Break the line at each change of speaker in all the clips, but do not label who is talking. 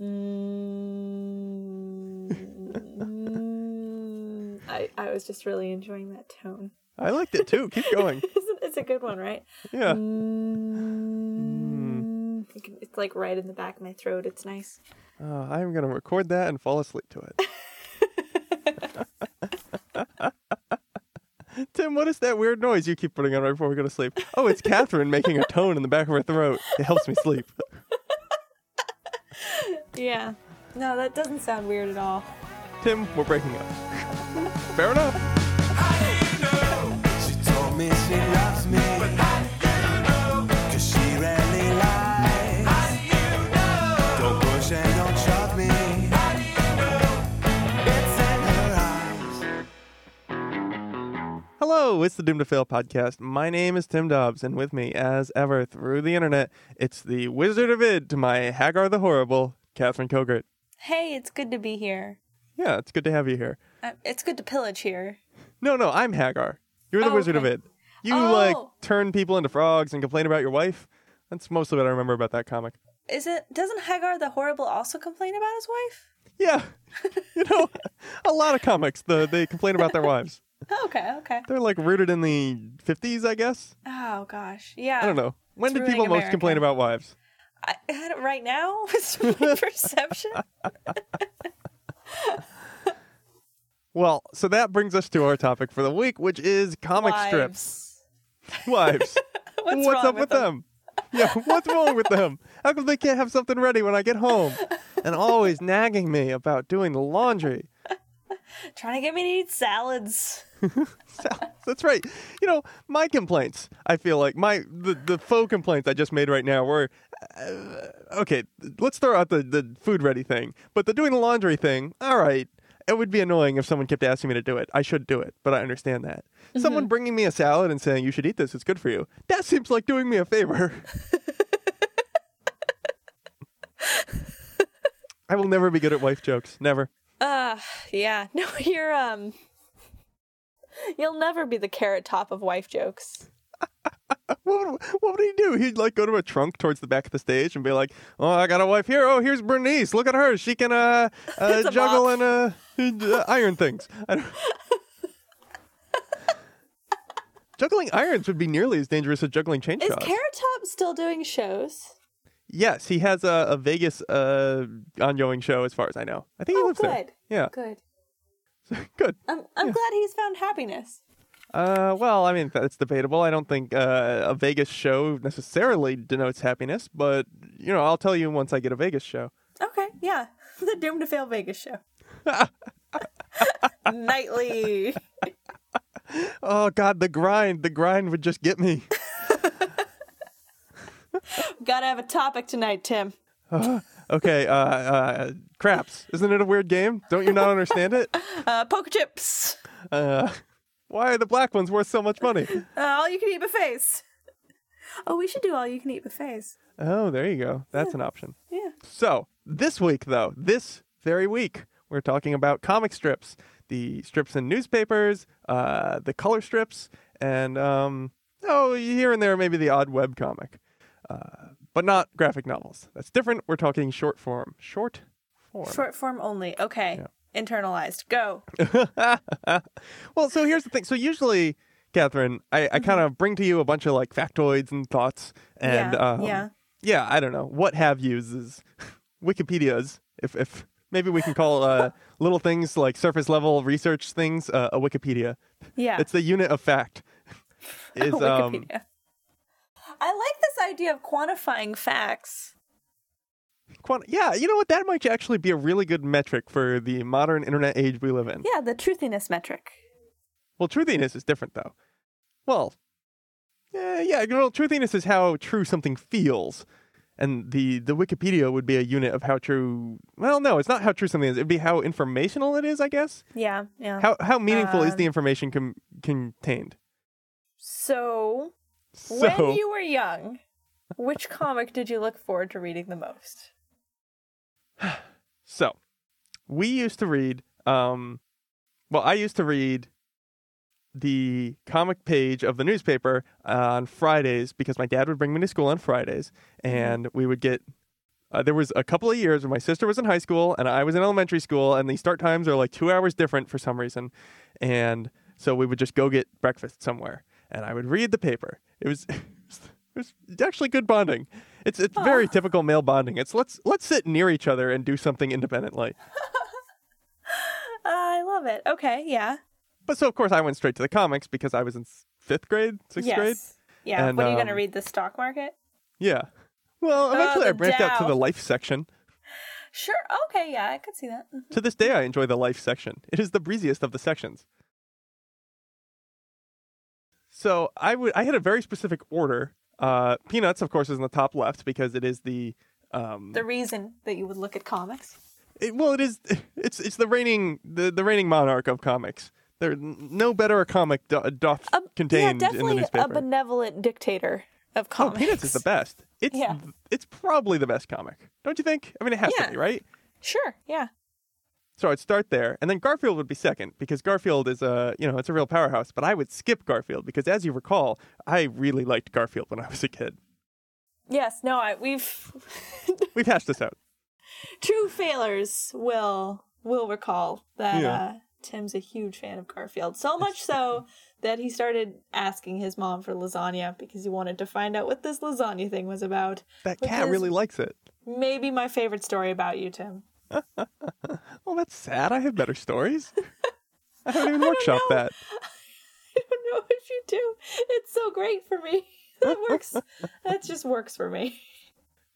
Mm, mm, I, I was just really enjoying that tone.
I liked it too. Keep going.
Isn't- it's a good one, right?
Yeah.
Mm. You can- It's like right in the back of my throat. It's nice.
Uh, I'm going to record that and fall asleep to it. Tim, what is that weird noise you keep putting on right before we go to sleep? Oh, it's Catherine making a tone in the back of her throat. It helps me sleep.
Yeah. No, that doesn't sound weird at all.
Tim, we're breaking up. Fair enough.
She told me she loves me. But how do you know? Cause she rarely lies. How do you know? Don't push and don't shove me. How do you know? It's in her eyes.
Hello, it's the Doom to Fail podcast. My name is Tim Dobbs, and with me, as ever, through the internet, it's the Wizard of Id to my Hagar the Horrible, Catherine Kogert.
Hey, it's good to be here.
Yeah, it's good to have you here.
Uh, it's good to pillage here.
No, no, I'm Hagar. You're the
Oh,
Wizard
okay.
of Id. You like
Oh.
turn people into frogs and complain about your wife. That's mostly what I remember about that comic.
Is it? Doesn't Hagar the Horrible also complain about his wife?
Yeah, you know, a lot of comics the they complain about their wives.
Oh, okay, okay.
They're like rooted in the 50s, I guess.
Oh gosh, yeah.
I don't know. When
Oh, It's
did people
ruining
most complain
America.
about wives?
I, I don't- right now, is my perception.
Well, so that brings us to our topic for the week, which is comic strips.
Wives.
Wives.
What's, wrong
up with them? Yeah, what's wrong with them? How come they can't have something ready when I get home? And always nagging me about doing the laundry.
Trying to get me to eat salads.
salads. That's right. You know, my complaints. I feel like my the, the faux complaints I just made right now were uh, okay. Let's throw out the the food ready thing, but the doing the laundry thing. All right. It would be annoying if someone kept asking me to do it. I should do it, but I understand that. Someone bringing me a salad and saying you should eat this; it's good for you. That seems like doing me a favor. I will never be good at wife jokes. Never.
Uh, yeah. No, you're um. You'll never be the carrot top of wife jokes.
What would, what would he do? He'd like go to a trunk towards the back of the stage and be like, "Oh, I got a wife here. Oh, here's Bernice. Look at her. She can uh,
It's
uh
a
juggle
mop.
and uh, and, uh, iron things." I don't... juggling irons would be nearly as dangerous as juggling
Is
chainsaws.
Carrot Top still doing shows?
yes, he has a, a Vegas uh ongoing show, as far as I know. I think he
Oh,
lives there.
good.
Yeah,
Good.
good.
I'm I'm glad he's found happiness.
Uh, well, I mean that's debatable. I don't think uh, a Vegas show necessarily denotes happiness, but you know, I'll tell you once I get a Vegas show.
Okay, yeah. The Doom to Fail Vegas show. Nightly.
Oh God, the grind, the grind would just get me.
Gotta have a topic tonight, Tim.
Okay, uh, uh, craps. Isn't it a weird game? Don't you not understand it?
Uh, poker chips.
Uh, why are the black ones worth so much money?
Uh, all you can eat buffets. Oh, we should do all you can eat buffets.
Oh, there you go. That's an option.
Yeah.
So this week, though, this very week, we're talking about comic strips, the strips in newspapers, uh, the color strips, and um, oh, here and there maybe the odd web comic, uh, but not graphic novels. That's different. We're talking short form. Short form.
Short form only. Okay. Internalized. Go.
well, so here's the thing. So usually, Catherine, I, I
Mm-hmm.
kind of bring to you a bunch of like factoids and thoughts, and
Yeah,
um,
yeah.
yeah, I don't know what have yous is Wikipedia's. If if maybe we can call uh, little things like surface level research things uh, a Wikipedia.
Yeah.
It's the unit of fact. Is um
Wikipedia. I like this idea of quantifying facts.
quant- yeah, you know what? That might actually be a really good metric for the modern internet age we live in.
Yeah, the truthiness metric.
Well, truthiness is different, though. Well, eh, yeah, well, truthiness is how true something feels, and the the Wikipedia would be a unit of how true. Well, no, it's not how true something is. It'd be how informational it is, I guess.
Yeah, yeah.
How how meaningful is
Oh, Um,
the information com- contained?
so,
So
when you were young, which comic did you look forward to reading the most?
so, we used to read. Um, well, I used to read the comic page of the
Mm-hmm.
newspaper on Fridays because my dad would bring me to school on Fridays, and we would get uh, there was a couple of years where my sister was in high school and I was in elementary school, and the start times are like two hours different for some reason. And so we would just go get breakfast somewhere, and I would read the paper. It was, it was actually good bonding. It's it's very typical male bonding. It's let's let's sit near each other and do something independently.
I love it. Okay, yeah.
But so of course I went straight to the comics because I was in s- fifth grade, sixth
yes.
grade.
Yeah.
And,
what are you going to
um,
read? The stock market?
Yeah. Well, eventually
Uh, the
I branched out to
Dow.
the life section.
Sure. Okay, yeah, I could see that.
To this day, I enjoy the life section. It is the breeziest of the sections. So I would I had a very specific order. Uh, Peanuts, of course, is in the top left because it is the um,
The reason that you would look at comics.
it, well, it is it's it's the reigning the, the reigning monarch of comics. There n- no better a comic do, doth
Um, yeah,
contained in the
definitely
newspaper.
a benevolent dictator of
oh,
comics.
Peanuts is the best. It's
Yeah.
it's probably the best comic, don't you think? I mean, it has
Yeah.
to be, right?
Sure, yeah.
So I'd start there, and then Garfield would be second because Garfield is a you know it's a real powerhouse. But I would skip Garfield because, as you recall, I really liked Garfield when I was a kid.
Yes, no, I, we've
We've hashed this out.
true failers will will recall that
Yeah.
uh, Tim's a huge fan of Garfield. So much so that he started asking his mom for lasagna because he wanted to find out what this lasagna thing was about.
That cat
Because-
really likes it.
Maybe my favorite story about you, Tim.
Well, Oh, that's sad. I have better stories. I haven't even workshopped
know.
that.
I don't know if you do. It's so great for me. That works. that just works for me.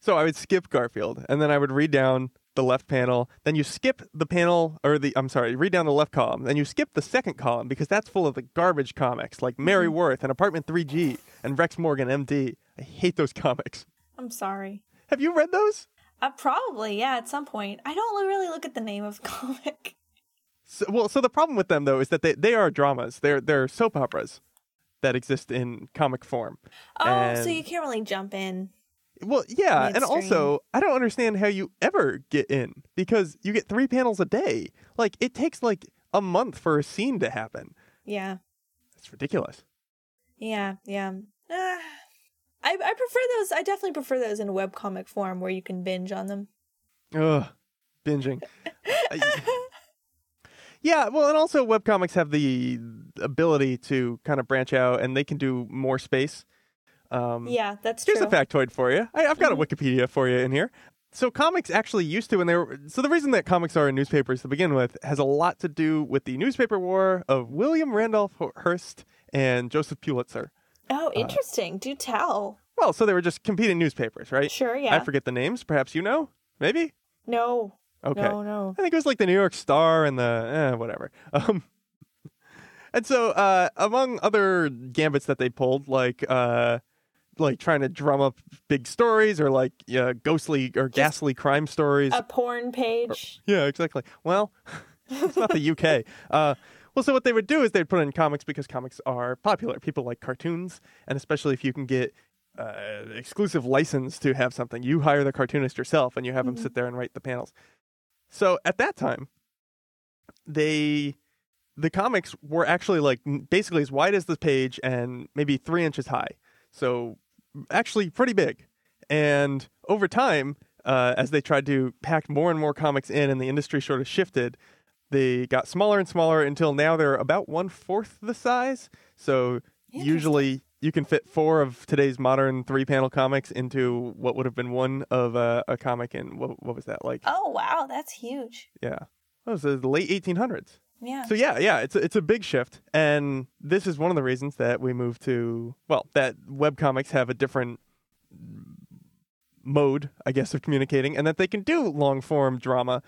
So I would skip Garfield, and then I would read down the left panel. Then you skip the panel, or the I'm sorry, read down the left column. Then you skip the second column because that's full of the garbage comics like Mary Worth and Apartment 3G and Rex Morgan, MD. I hate those comics.
I'm sorry.
Have you read those?
Uh, probably, yeah, at some point. I don't really look at the name of the comic.
So, well, so the problem with them though is that they, they are dramas. They're they're soap operas that exist in comic form.
Oh, so
And-
you can't really jump in.
Well, yeah, and
Midstream.
also I don't understand how you ever get in because you get three panels a day. Like it takes like a month for a scene to happen.
Yeah,
It's ridiculous.
yeah, yeah. Ah. I, I prefer those. I definitely prefer those in webcomic form where you can binge on them.
Ugh, binging. I- yeah, well, and also webcomics have the ability to kind of branch out and they can do more space. Um,
Yeah, that's true. Mm-hmm.
Here's a factoid for you. I, I've got a Wikipedia for you in here. So comics actually used to, when they were, so the reason that comics are in newspapers to begin with has a lot to do with the newspaper war of William Randolph Hearst and Joseph Pulitzer.
Oh,
uh,
interesting. Do tell.
Well, so they were just competing newspapers, right?
Sure, yeah.
I forget the names. Perhaps you know? Maybe?
No,
Okay.
no, no.
I think it was like the New York Star and the eh, whatever. Um, and so, uh, among other gambits that they pulled, like uh, like trying to drum up big stories or like yeah, ghostly or ghastly crime stories.
A porn page.
yeah, exactly. Well, it's not the UK. Uh, well, so what they would do is they'd put in comics because comics are popular. People like cartoons, and especially if you can get uh, exclusive license to have something, you hire the cartoonist yourself, and you have them sit there and write the panels. So at that time, they the comics were actually like n- basically as wide as the page and maybe three inches high. So actually pretty big. And over time, uh, as they tried to pack more and more comics in, and the industry sort of shifted, they got smaller and smaller until now they're about one fourth the size. So usually you can fit four of today's modern three panel comics into what would have been one of uh, a comic in what, what was that like?
Oh, wow, that's huge.
Yeah. That was the late 1800s.
Yeah.
So yeah, yeah, it's a, it's a big shift, and this is one of the reasons that we moved to well, that webcomics have a different mode, I guess, of communicating, and that they can do long form drama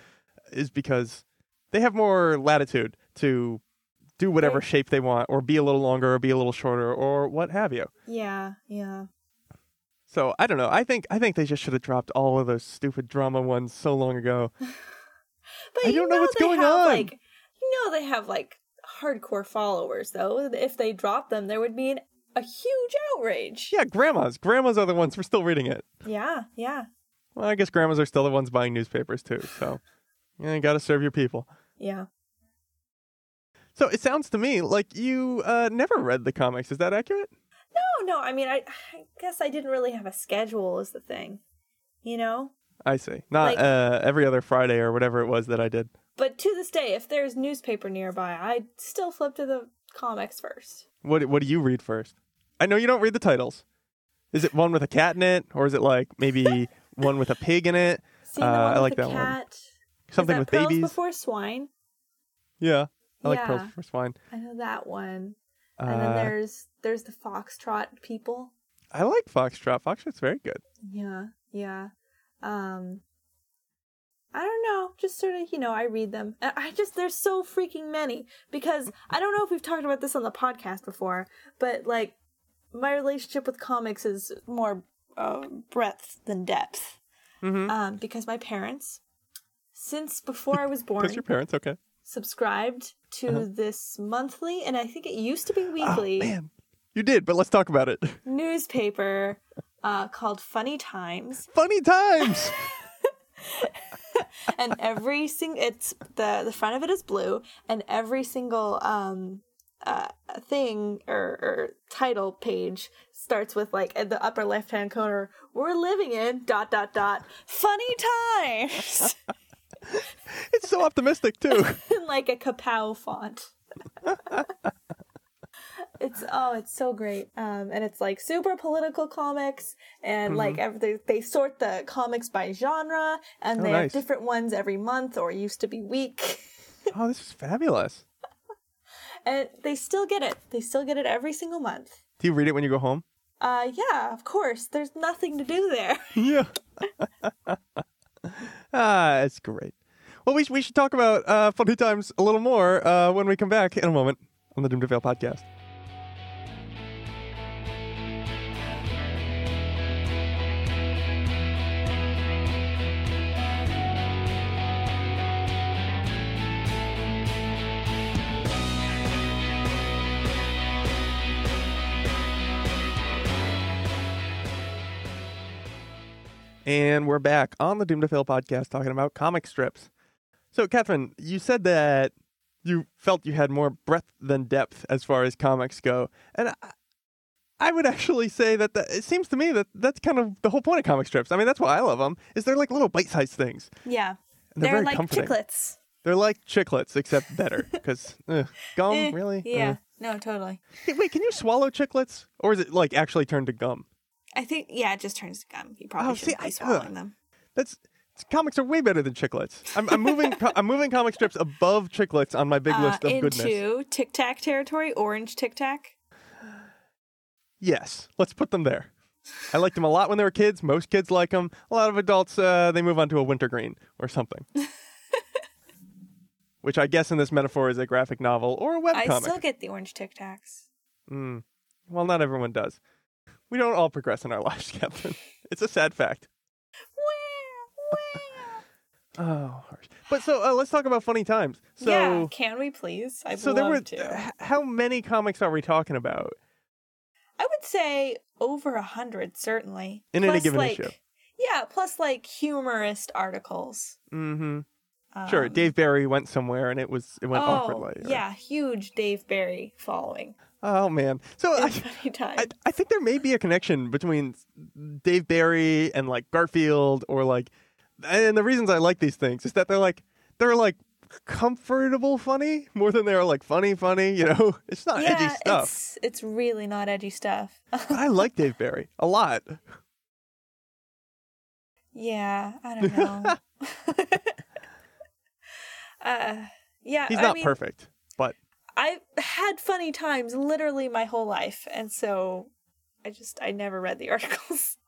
is because they have more latitude to do whatever
Right.
shape they want, or be a little longer, or be a little shorter, or what have you.
yeah, yeah.
So I don't know. I think I think they just should have dropped all of those stupid drama ones so long ago.
But
I
you
don't know what's
they
going
have,
on.
Like, you know they have like hardcore followers though. If they dropped them, there would be an, a huge outrage.
Yeah, grandmas. Grandmas are the ones who are still reading it.
Yeah, yeah,
Well, I guess grandmas are still the ones buying newspapers too. So, you, know, you got to serve your people.
yeah.
So it sounds to me like you uh, never read the comics. Is that accurate?
No, no. I mean, I, I guess I didn't really have a schedule is the thing. You know,
I see. Not
Like-
uh, every other Friday or whatever it was that I did.
But to this day, if there's newspaper nearby, I still flip to the comics first.
What What do you read first? I know you don't read the titles. Is it one with a cat in it, or is it like maybe one with a pig in it?
See the
Uh,
one
I
with
like
the
that one.
cat. Is
Something
that
with
Pearls
babies.
before swine.
Yeah, I like Pearls
Yeah.
Before Swine.
I know that one.
Uh,
And then there's there's the foxtrot people.
I like Foxtrot. Foxtrot's very good.
Yeah, yeah. Um I don't know, just sort of, you know, I read them. I- I just there's so freaking many because I don't know if we've talked about this on the podcast before, but like my relationship with comics is more uh, breadth than depth.
Mhm.
Um because my parents since before I was born
Because your parents, okay?
subscribed to this monthly and I think it used to be
Oh,
weekly.
man, you did. But let's talk about it.
newspaper uh, called Funny Times,
Funny times.
and every sing it's the the front of it is blue, and every single um, uh, thing or, or title page starts with like in the upper left hand corner, "We're living in dot dot dot funny times,"
it's so optimistic too.
in like a kapow font. It's oh, it's so great, um, and it's like super political comics, and
Mm-hmm.
like ev- they, they sort the comics by genre, and
Oh,
they
nice.
have different ones every month or used to be week,
oh, this is fabulous.
and they still get it. They still get it every single month.
Do you read it when you go home?
Uh, yeah, of course. There's nothing to do there.
Yeah. ah, it's great. Well, we, sh- we should talk about uh, funny times a little more uh, when we come back in a moment on the Doom to Fail podcast. And we're back on the Doom to Fail podcast talking about comic strips. So, Catherine, you said that you felt you had more breadth than depth as far as comics go. And I, I would actually say that the, it seems to me that that's kind of the whole point of comic strips. I mean, that's why I love them, is they're like little bite-sized things.
Yeah,
And they're, very
like
comforting.
chiclets.
They're like chiclets, except better. Because gum,
Eh,
really?
Yeah.
Uh.
No, totally.
Hey, wait, can you swallow chiclets? Or is it like actually turned to gum?
I think yeah, it just turns to gum. You probably
Oh, see,
shouldn't
I-
be swallowing
ugh.
them.
That's comics are way better than chiclets. I'm, I'm moving. co- I'm moving comic strips above chiclets on my big
Uh,
list of
into
goodness.
Tic Tac territory, orange Tic Tac.
Yes, let's put them there. I liked them a lot when they were kids. Most kids like them. A lot of adults, uh, they move on to a wintergreen or something. Which I guess in this metaphor is a graphic novel or a web
I
comic.
still get the orange Tic Tacs.
Mm. Well, not everyone does. We don't all progress in our lives, Catherine. It's a sad fact. Oh, harsh. But so uh, let's talk about funny times. So
yeah, can we please? I'd
so
love
there were
to.
h- how many comics are we talking about?
I would say over a hundred, certainly.
In any given
like,
issue.
Yeah, plus like humorist articles.
Mm-hmm. sure,
Um,
Dave Barry went somewhere and it was it went
oh,
awkwardly. or-
yeah, huge Dave Barry following.
Oh man. So I,
Funny time.
I I think there may be a connection between Dave Barry and like Garfield or like and the reasons I like these things is that they're like they're like comfortable funny more than they're like funny funny, you know. It's not
yeah,
edgy stuff.
it's it's really not edgy stuff.
But I like Dave Barry a lot.
yeah, I don't know. uh, yeah,
He's
I
not
mean,
perfect, but
I've had funny times literally my whole life, and so I just I never read the articles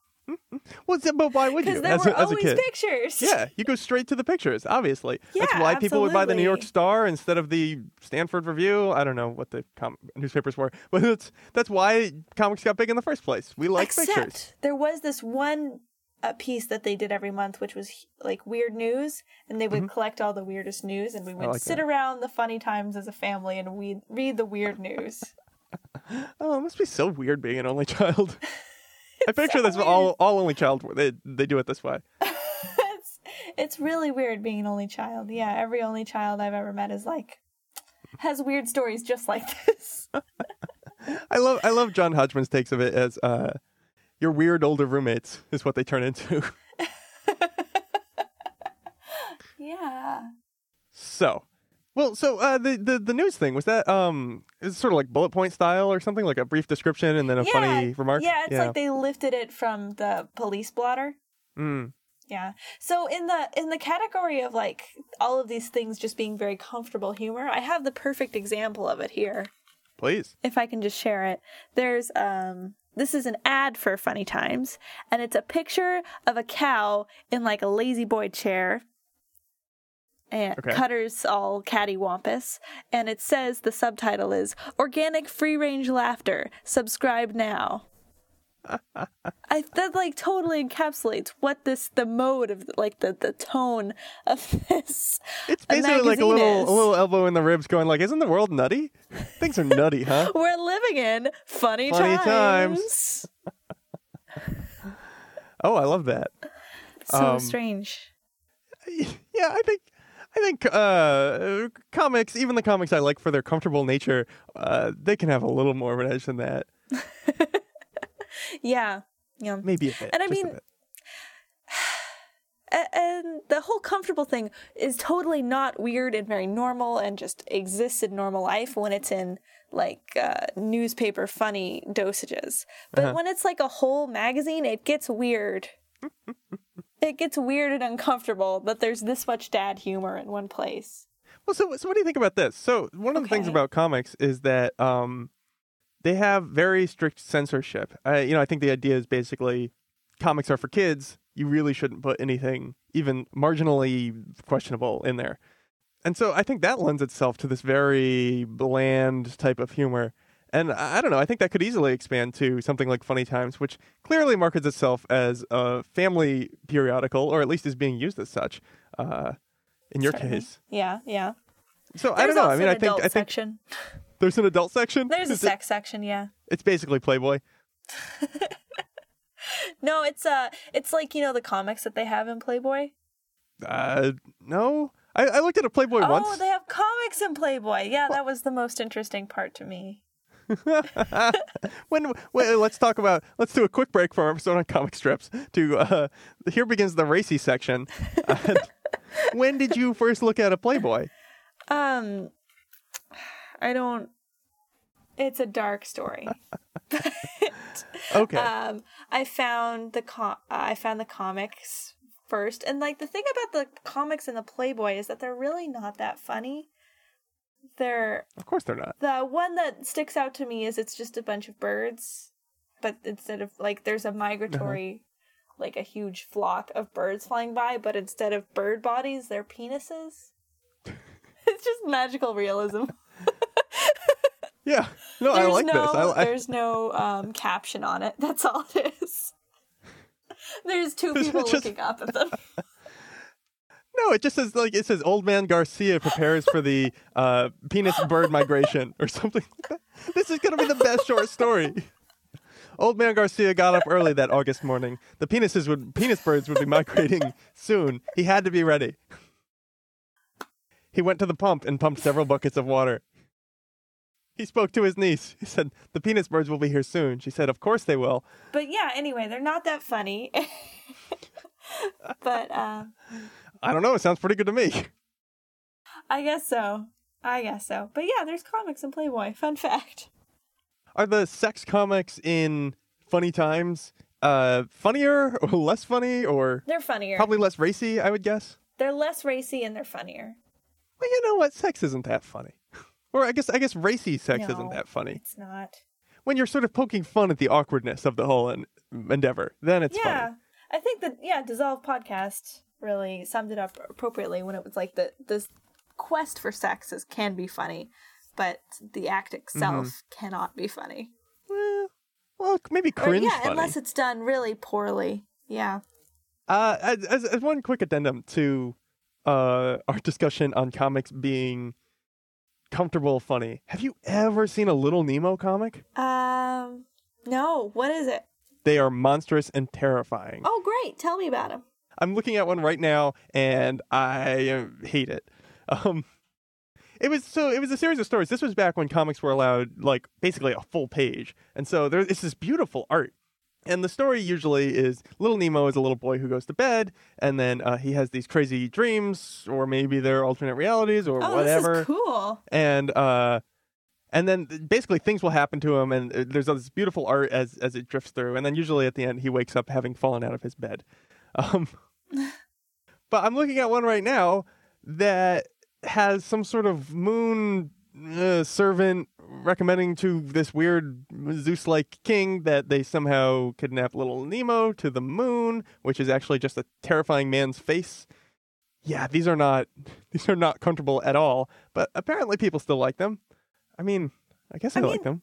well, it's- but why would
because
you
there
as
were
a, as a
always
kid?
pictures.
Yeah, you go straight to the pictures, obviously. That's
Yeah,
why people would buy the New York
absolutely.
Star instead of the Stanford Review. I don't know what the com- newspapers were, but that's that's why comics got big in the first place. We like
Except
pictures.
there was this one uh, piece that they did every month, which was like weird news, and they would collect all the weirdest news, and we would
Mm-hmm. like
sit
that.
around the funny times as a family and we read the weird news.
Oh, it must be so weird being an only child. I picture this all all only child they they do it this way.
it's, it's really weird being an only child. Yeah, every only child I've ever met is like has weird stories just like this.
I love I love John Hodgman's takes of it as uh, your weird older roommates is what they turn into.
Yeah.
So, well, so uh, the, the the news thing was that um, it's sort of like bullet point style or something, like a brief description and then a
yeah.
funny remark.
Yeah, it's like they lifted it from the police blotter.
Mm.
Yeah. So in the in the category of like all of these things just being very comfortable humor, I have the perfect example of it here.
Please.
If I can just share it. There's um this is an ad for Funny Times and it's a picture of a cow in like a lazy boy chair. And
Okay.
cutters all cattywampus, and it says the subtitle is "Organic Free Range Laughter." Subscribe now. I that like totally encapsulates what this the mode of like the the tone of this.
It's basically like a
magazine
little
is.
a little elbow in the ribs, going like, "Isn't the world nutty? Things are nutty, huh?"
We're living in funny,
Funny times.
times.
Oh, I love that.
So
Um,
strange.
yeah, I think I think uh, comics, even the comics I like for their comfortable nature, uh, they can have a little more of an edge than that.
Yeah. Yeah.
Maybe a bit.
And I
just a
mean-
bit.
A- And the whole comfortable thing is totally not weird and very normal and just exists in normal life when it's in like uh, newspaper funny dosages. But
Uh-huh.
when it's like a whole magazine, it gets weird. it gets weird and uncomfortable that there's this much dad humor in one place.
well, so so what do you think about this? So one of the things
Okay.
about comics is that um, they have very strict censorship. I, you know, I think the idea is basically comics are for kids. You really shouldn't put anything even marginally questionable in there. And so I think that lends itself to this very bland type of humor. And I I don't know, I think that could easily expand to something like Funny Times, which clearly markets itself as a family periodical, or at least is being used as such uh, in your
Certainly.
case.
Yeah, yeah.
So I
There's
don't know.
also
I mean,
an
I think
adult
I think
section.
there's an adult section.
There's a
Is it-
sex section, yeah.
It's basically Playboy.
No, it's uh it's like, you know, the comics that they have in Playboy.
Uh, no, I, I looked at a Playboy
oh,
once.
they have comics in Playboy. Yeah, that was the most interesting part to me.
when, when uh, let's talk about let's do a quick break from our episode on comic strips to uh, here begins the racy section. Uh, when did you first look at a Playboy?
Um I don't it's a dark story.
Okay,
Um I found the com- I found the comics first and like the thing about the comics and the Playboy is that they're really not that funny. They're
of course they're not.
The one that sticks out to me is it's just a bunch of birds, but instead of like there's a migratory,
Uh-huh.
like a huge flock of birds flying by, but instead of bird bodies, they're penises. it's just magical realism.
Yeah, no, I
There's
like
no,
this. I, I,
there's no um, caption on it. That's all it is. There's two people
Just-
looking up at them.
no, it just says like it says old man Garcia prepares for the uh, penis bird migration or something. like that. This is gonna be the best short story. Old man Garcia got up early that August morning. The penises would penis birds would be migrating soon. He had to be ready. He went to the pump and pumped several buckets of water. He spoke to his niece. He said, "The penis birds will be here soon." She said, "Of course they will."
But yeah, anyway, they're not that funny. but uh,
I don't know. It sounds pretty good to me.
I guess so. I guess so. But yeah, there's comics in Playboy. Fun fact.
Are the sex comics in Funny Times uh, funnier or less funny or
They're funnier.
probably less racy? I would guess.
They're less racy and they're funnier.
Well, you know what? Sex isn't that funny. Or I guess I guess racy sex isn't
No.
that funny.
It's not.
When you're sort of poking fun at the awkwardness of the whole en- endeavor, then it's
yeah.
funny.
I think that yeah, Dissolve podcast really summed it up appropriately when it was like the this quest for sex is, can be funny, but the act
Mm-hmm.
itself cannot be funny.
Well, well, maybe
Or,
cringe
yeah,
funny.
unless it's done really poorly. Yeah.
Uh, as, as, as one quick addendum to uh, our discussion on comics being comfortable funny, have you ever seen a Little Nemo comic?
Um no, what is it?
They are monstrous and terrifying.
Oh great, tell me about him.
I'm looking at one right now, and I uh, hate it. Um, it was so. It was a series of stories. This was back when comics were allowed, like basically a full page, and so there, it's this beautiful art. And the story usually is little Nemo is a little boy who goes to bed, and then uh, he has these crazy dreams, or maybe they're alternate realities, or
Oh,
whatever
this is cool.
and uh and then th- basically things will happen to him and uh, there's all this beautiful art as as it drifts through and then usually at the end he wakes up having fallen out of his bed um but i'm looking at one right now that has some sort of moon uh, servant recommending to this weird zeus-like king that they somehow kidnap little nemo to the moon which is actually just a terrifying man's face yeah, these are not these are not comfortable at all. But apparently, people still like them. I mean, I guess I,
I
like
mean-
them.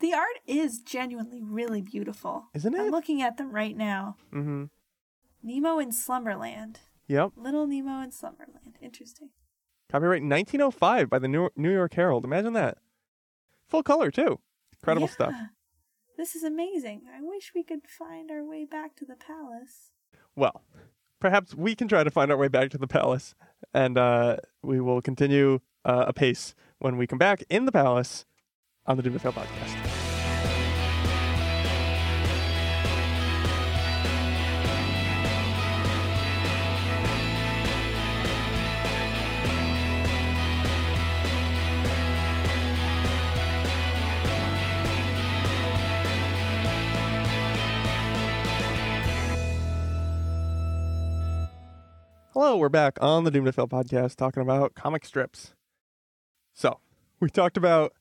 The art is genuinely really beautiful.
Isn't it?
I'm looking at them right now.
Mm-hmm.
Nemo in Slumberland.
Yep.
Little Nemo in Slumberland. Interesting.
Copyright 1905 by the New New York Herald. Imagine that. Full color too. Incredible
Yeah.
stuff.
This is amazing. I wish we could find our way back to the palace.
Well, perhaps we can try to find our way back to the palace, and uh, we will continue uh, apace when we come back in the palace on the Doom and Fail podcast. Hello, we're back on the Doom to Fail podcast talking about comic strips. So, we talked about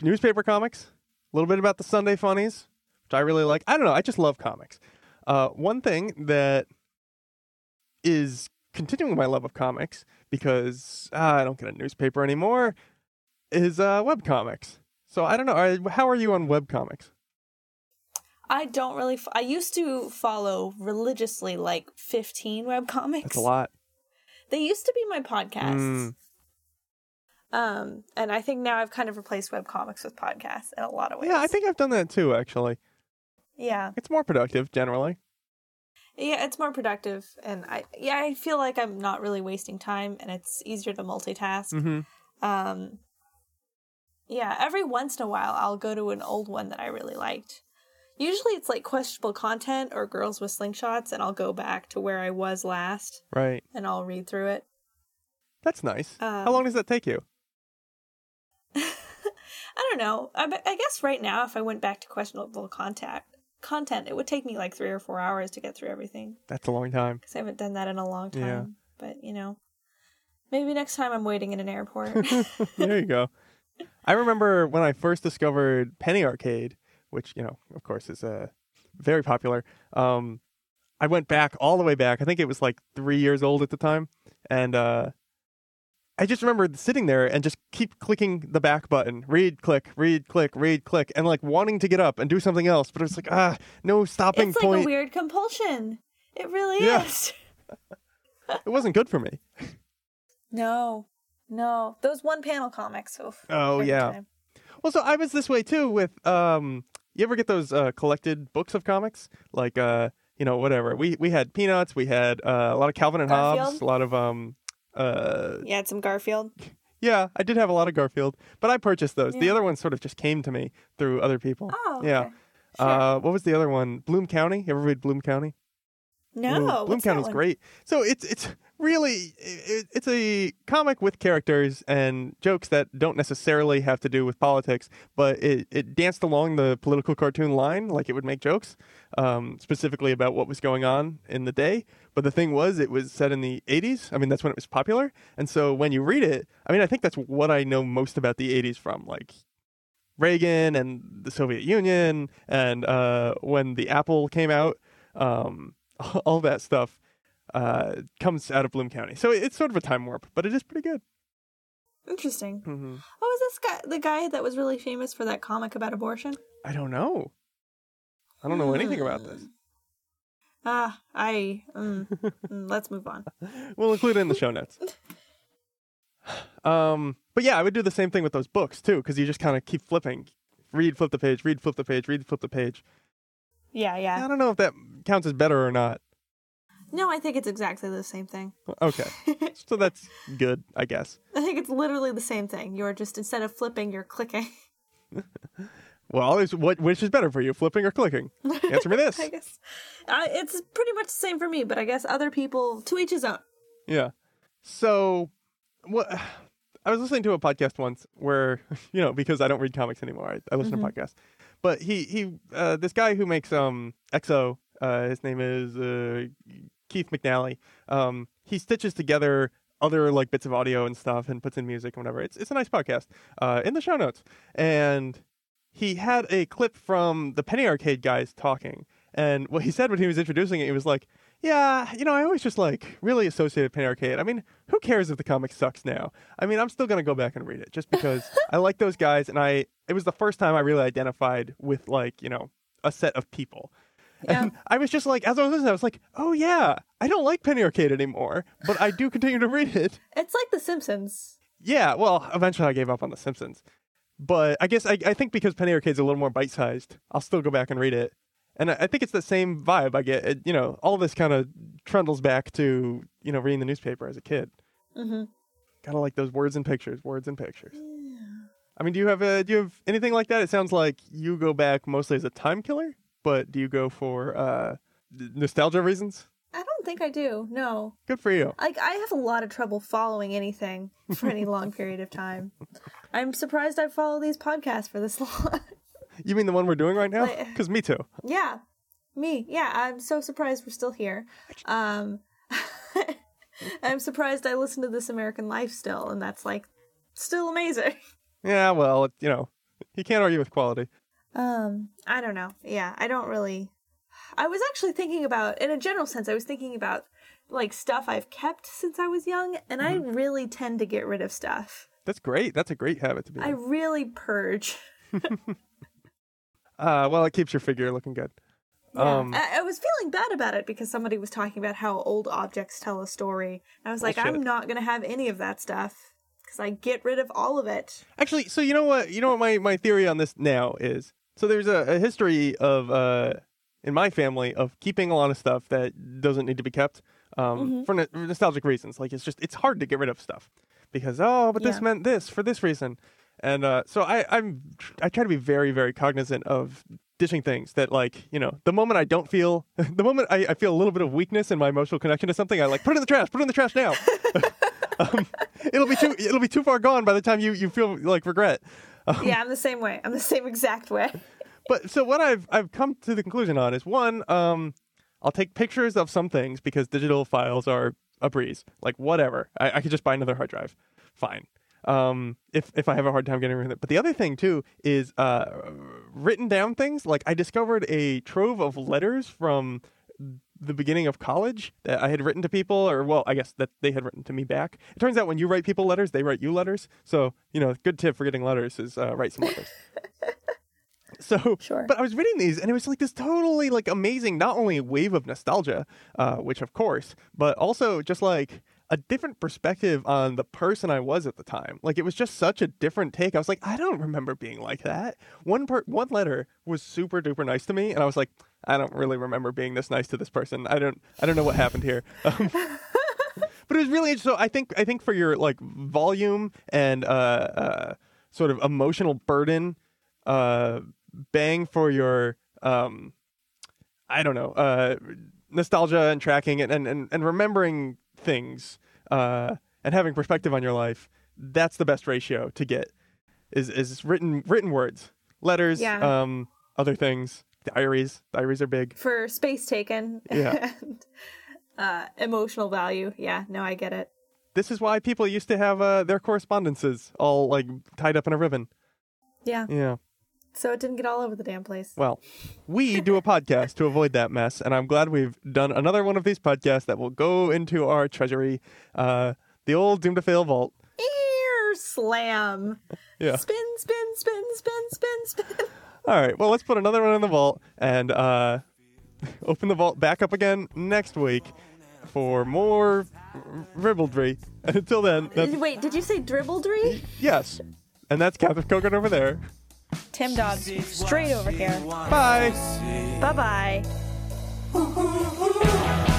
newspaper comics, a little bit about the Sunday funnies, which I really like. I don't know, I just love comics. Uh, one thing that is continuing my love of comics because uh, I don't get a newspaper anymore is uh, webcomics. So, I don't know, are- how are you on webcomics?
I don't really. F- I used to follow religiously like 15 webcomics.
That's a lot.
They used to be my podcasts.
Mm.
Um, and I think now I've kind of replaced webcomics with podcasts in a lot of ways.
Yeah, I think I've done that too, actually.
Yeah.
It's more productive generally.
Yeah, it's more productive. And I, yeah, I feel like I'm not really wasting time and it's easier to multitask.
Mm-hmm.
Um, yeah, every once in a while I'll go to an old one that I really liked. Usually it's like questionable content or girls with slingshots, and I'll go back to where I was last
Right.
and I'll read through it.
That's nice. How
Um,
long does that take you?
I don't know. I, be- I guess right now, if I went back to questionable contact content, it would take me like three or four hours to get through everything
That's a long time.
because I haven't done that in a long time.
Yeah.
But you know, maybe next time I'm waiting in an airport.
there you go. I remember when I first discovered Penny Arcade, which you know, of course, is uh, very popular. Um, I went back all the way back. I think it was like three years old at the time, and uh, I just remember sitting there and just keep clicking the back button, read, click, read, click, read, click, and like wanting to get up and do something else, but it's like ah, no stopping
it's like
point.
a weird compulsion. It really
Yeah.
is.
it wasn't good for me.
No, no, those one panel comics. Oof,
Oh,
Every
yeah.
time.
Well, so I was this way too with um you ever get those uh collected books of comics? Like uh you know, whatever. We we had peanuts, we had uh, a lot of Calvin and Hobbes,
Garfield?
a lot of um uh
You had some Garfield.
yeah, I did have a lot of Garfield, but I purchased those. The
Yeah.
other ones sort of just came to me through other people.
Oh,
yeah.
okay.
Uh what was the other one? Bloom County? You ever read Bloom County?
No,
Bloom, Bloom
what's that
County's
one?
great. So it's it's really it, it's a comic with characters and jokes that don't necessarily have to do with politics, but it, it danced along the political cartoon line, like it would make jokes um, specifically about what was going on in the day. But the thing was, it was set in the 80s. I mean, that's when it was popular. And so when you read it, I mean, I think that's what I know most about the 80s from, like Reagan and the Soviet Union, and uh, when the Apple came out, um, all that stuff uh, comes out of Bloom County. So it's sort of a time warp, but it is pretty good.
Interesting.
Mm-hmm.
What was this guy? The guy that was really famous for that comic about abortion? Hmm.
I don't know. I don't know anything about this.
Ah, I. Mm, mm, let's move on.
We'll include it in the show notes. Um, but yeah, I would do the same thing with those books too, because you just kind of keep flipping, read, flip the page, read, flip the page, read, flip the page.
Yeah, yeah.
I don't know if that counts as better or not.
No, I think it's exactly the same thing.
Okay, so that's good, I guess.
I think it's literally the same thing. You're just instead of flipping, you're clicking.
Well, is what which is better for you, flipping or clicking? Answer me this.
I guess I, it's pretty much the same for me, but I guess other people to each his own.
Yeah. So, what? I was listening to a podcast once where you know because I don't read comics anymore. I, I listen
Mm-hmm.
to podcasts, but he he uh, this guy who makes um EXO. Uh, his name is uh, Keith McNally. Um, he stitches together other like bits of audio and stuff and puts in music and whatever. It's it's a nice podcast. Uh, in the show notes and he had a clip from the Penny Arcade guys talking, and what he said when he was introducing it, he was like, "Yeah, you know, I always just like really associated Penny Arcade. I mean, who cares if the comic sucks now? I mean, I'm still gonna go back and read it just because I like those guys, and I it was the first time I really identified with like you know a set of people." And I was just like, as I was listening, I was like, oh yeah, I don't like Penny Arcade anymore, but I do continue to read it.
It's like The Simpsons.
Yeah, well, eventually I gave up on The Simpsons. But I guess I, I think because Penny Arcade's a little more bite sized, I'll still go back and read it. And I, I think it's the same vibe I get. It, you know, all this kind of trundles back to, you know, reading the newspaper as a kid.
Mhm.
Kind of like those words and pictures, words and pictures. I mean, do you have a, do you have anything like that? It sounds like you go back mostly as a time killer, but do you go for uh, n- nostalgia reasons?
I don't think I do. No,
Good for you.
like I have a lot of trouble following anything for any long period of time. I'm surprised I follow these podcasts for this long.
You mean the one we're doing right now?
Like-
Because me too.
yeah, me. Yeah, I'm so surprised we're still here. Um, I'm surprised I listen to This American Life still, and that's like still amazing.
Yeah, well, it, you know, you can't argue with quality.
Um, I don't know. Yeah, I don't really. I was actually thinking about, in a general sense, I was thinking about like stuff I've kept since I was young, and
Mm-hmm.
I really tend to get rid of stuff.
That's great. That's a great habit to be.
I
in.
really purge.
Uh, well, it keeps your figure looking good. Um,
I, I was feeling bad about it because somebody was talking about how old objects tell a story. I was like,
Bullshit.
I'm not going to have any of that stuff because I get rid of all of it.
actually, so you know what? You know what my, my theory on this now is. So there's a, a history of uh, in my family of keeping a lot of stuff that doesn't need to be kept um, for no- nostalgic reasons. Like it's just it's hard to get rid of stuff because oh, but this
Yeah.
meant this for this reason, and uh, so I I'm I try to be very very cognizant of dishing things that like you know the moment I don't feel the moment I, I feel a little bit of weakness in my emotional connection to something I like put it in the trash put it in the trash now. um, it'll be too it'll be too far gone by the time you you feel like regret.
yeah, I'm the same way. I'm the same exact way.
But so what I've I've come to the conclusion on is one, um, I'll take pictures of some things because digital files are a breeze. Like whatever, I, I could just buy another hard drive. Fine. Um, if if I have a hard time getting rid of it. But the other thing too is uh, written down things. Like I discovered a trove of letters from the beginning of college that I had written to people, or well, I guess that they had written to me back. It turns out when you write people letters, they write you letters. So you know, good tip for getting letters is uh, write some letters. So,
Sure.
but I was reading these, and it was like this totally like amazing, not only wave of nostalgia, uh, which of course, but also just like a different perspective on the person I was at the time. Like it was just such a different take. I was like, I don't remember being like that. One part, one letter was super duper nice to me, and I was like, I don't really remember being this nice to this person. I don't, I don't know what happened here. Um, but it was really interesting. So I think I think for your like volume and uh, uh sort of emotional burden, uh, bang for your um, I don't know, uh, nostalgia and tracking and and and, and remembering things uh, and having perspective on your life. That's the best ratio to get is is written written words, letters,
Yeah.
um, other things, diaries. Diaries are big.
For space taken
Yeah.
and uh, emotional value. Yeah, no, I get it.
This is why people used to have uh, their correspondences all like tied up in a ribbon.
Yeah.
Yeah.
So it didn't get all over the damn place.
Well, we do a podcast to avoid that mess, and I'm glad we've done another one of these podcasts that will go into our treasury, uh, the old Doom to Fail vault.
Ear slam.
Yeah.
Spin, spin, spin, spin, spin, spin.
All right. Well, let's put another one in the vault and uh, open the vault back up again next week for more r- ribaldry. And until then, that's,
Wait, did you say dribbledry?
yes, and that's Captain Coconut over there.
Tim Dobbs, straight over here.
Bye.
Bye bye.
Ooh, ooh, ooh.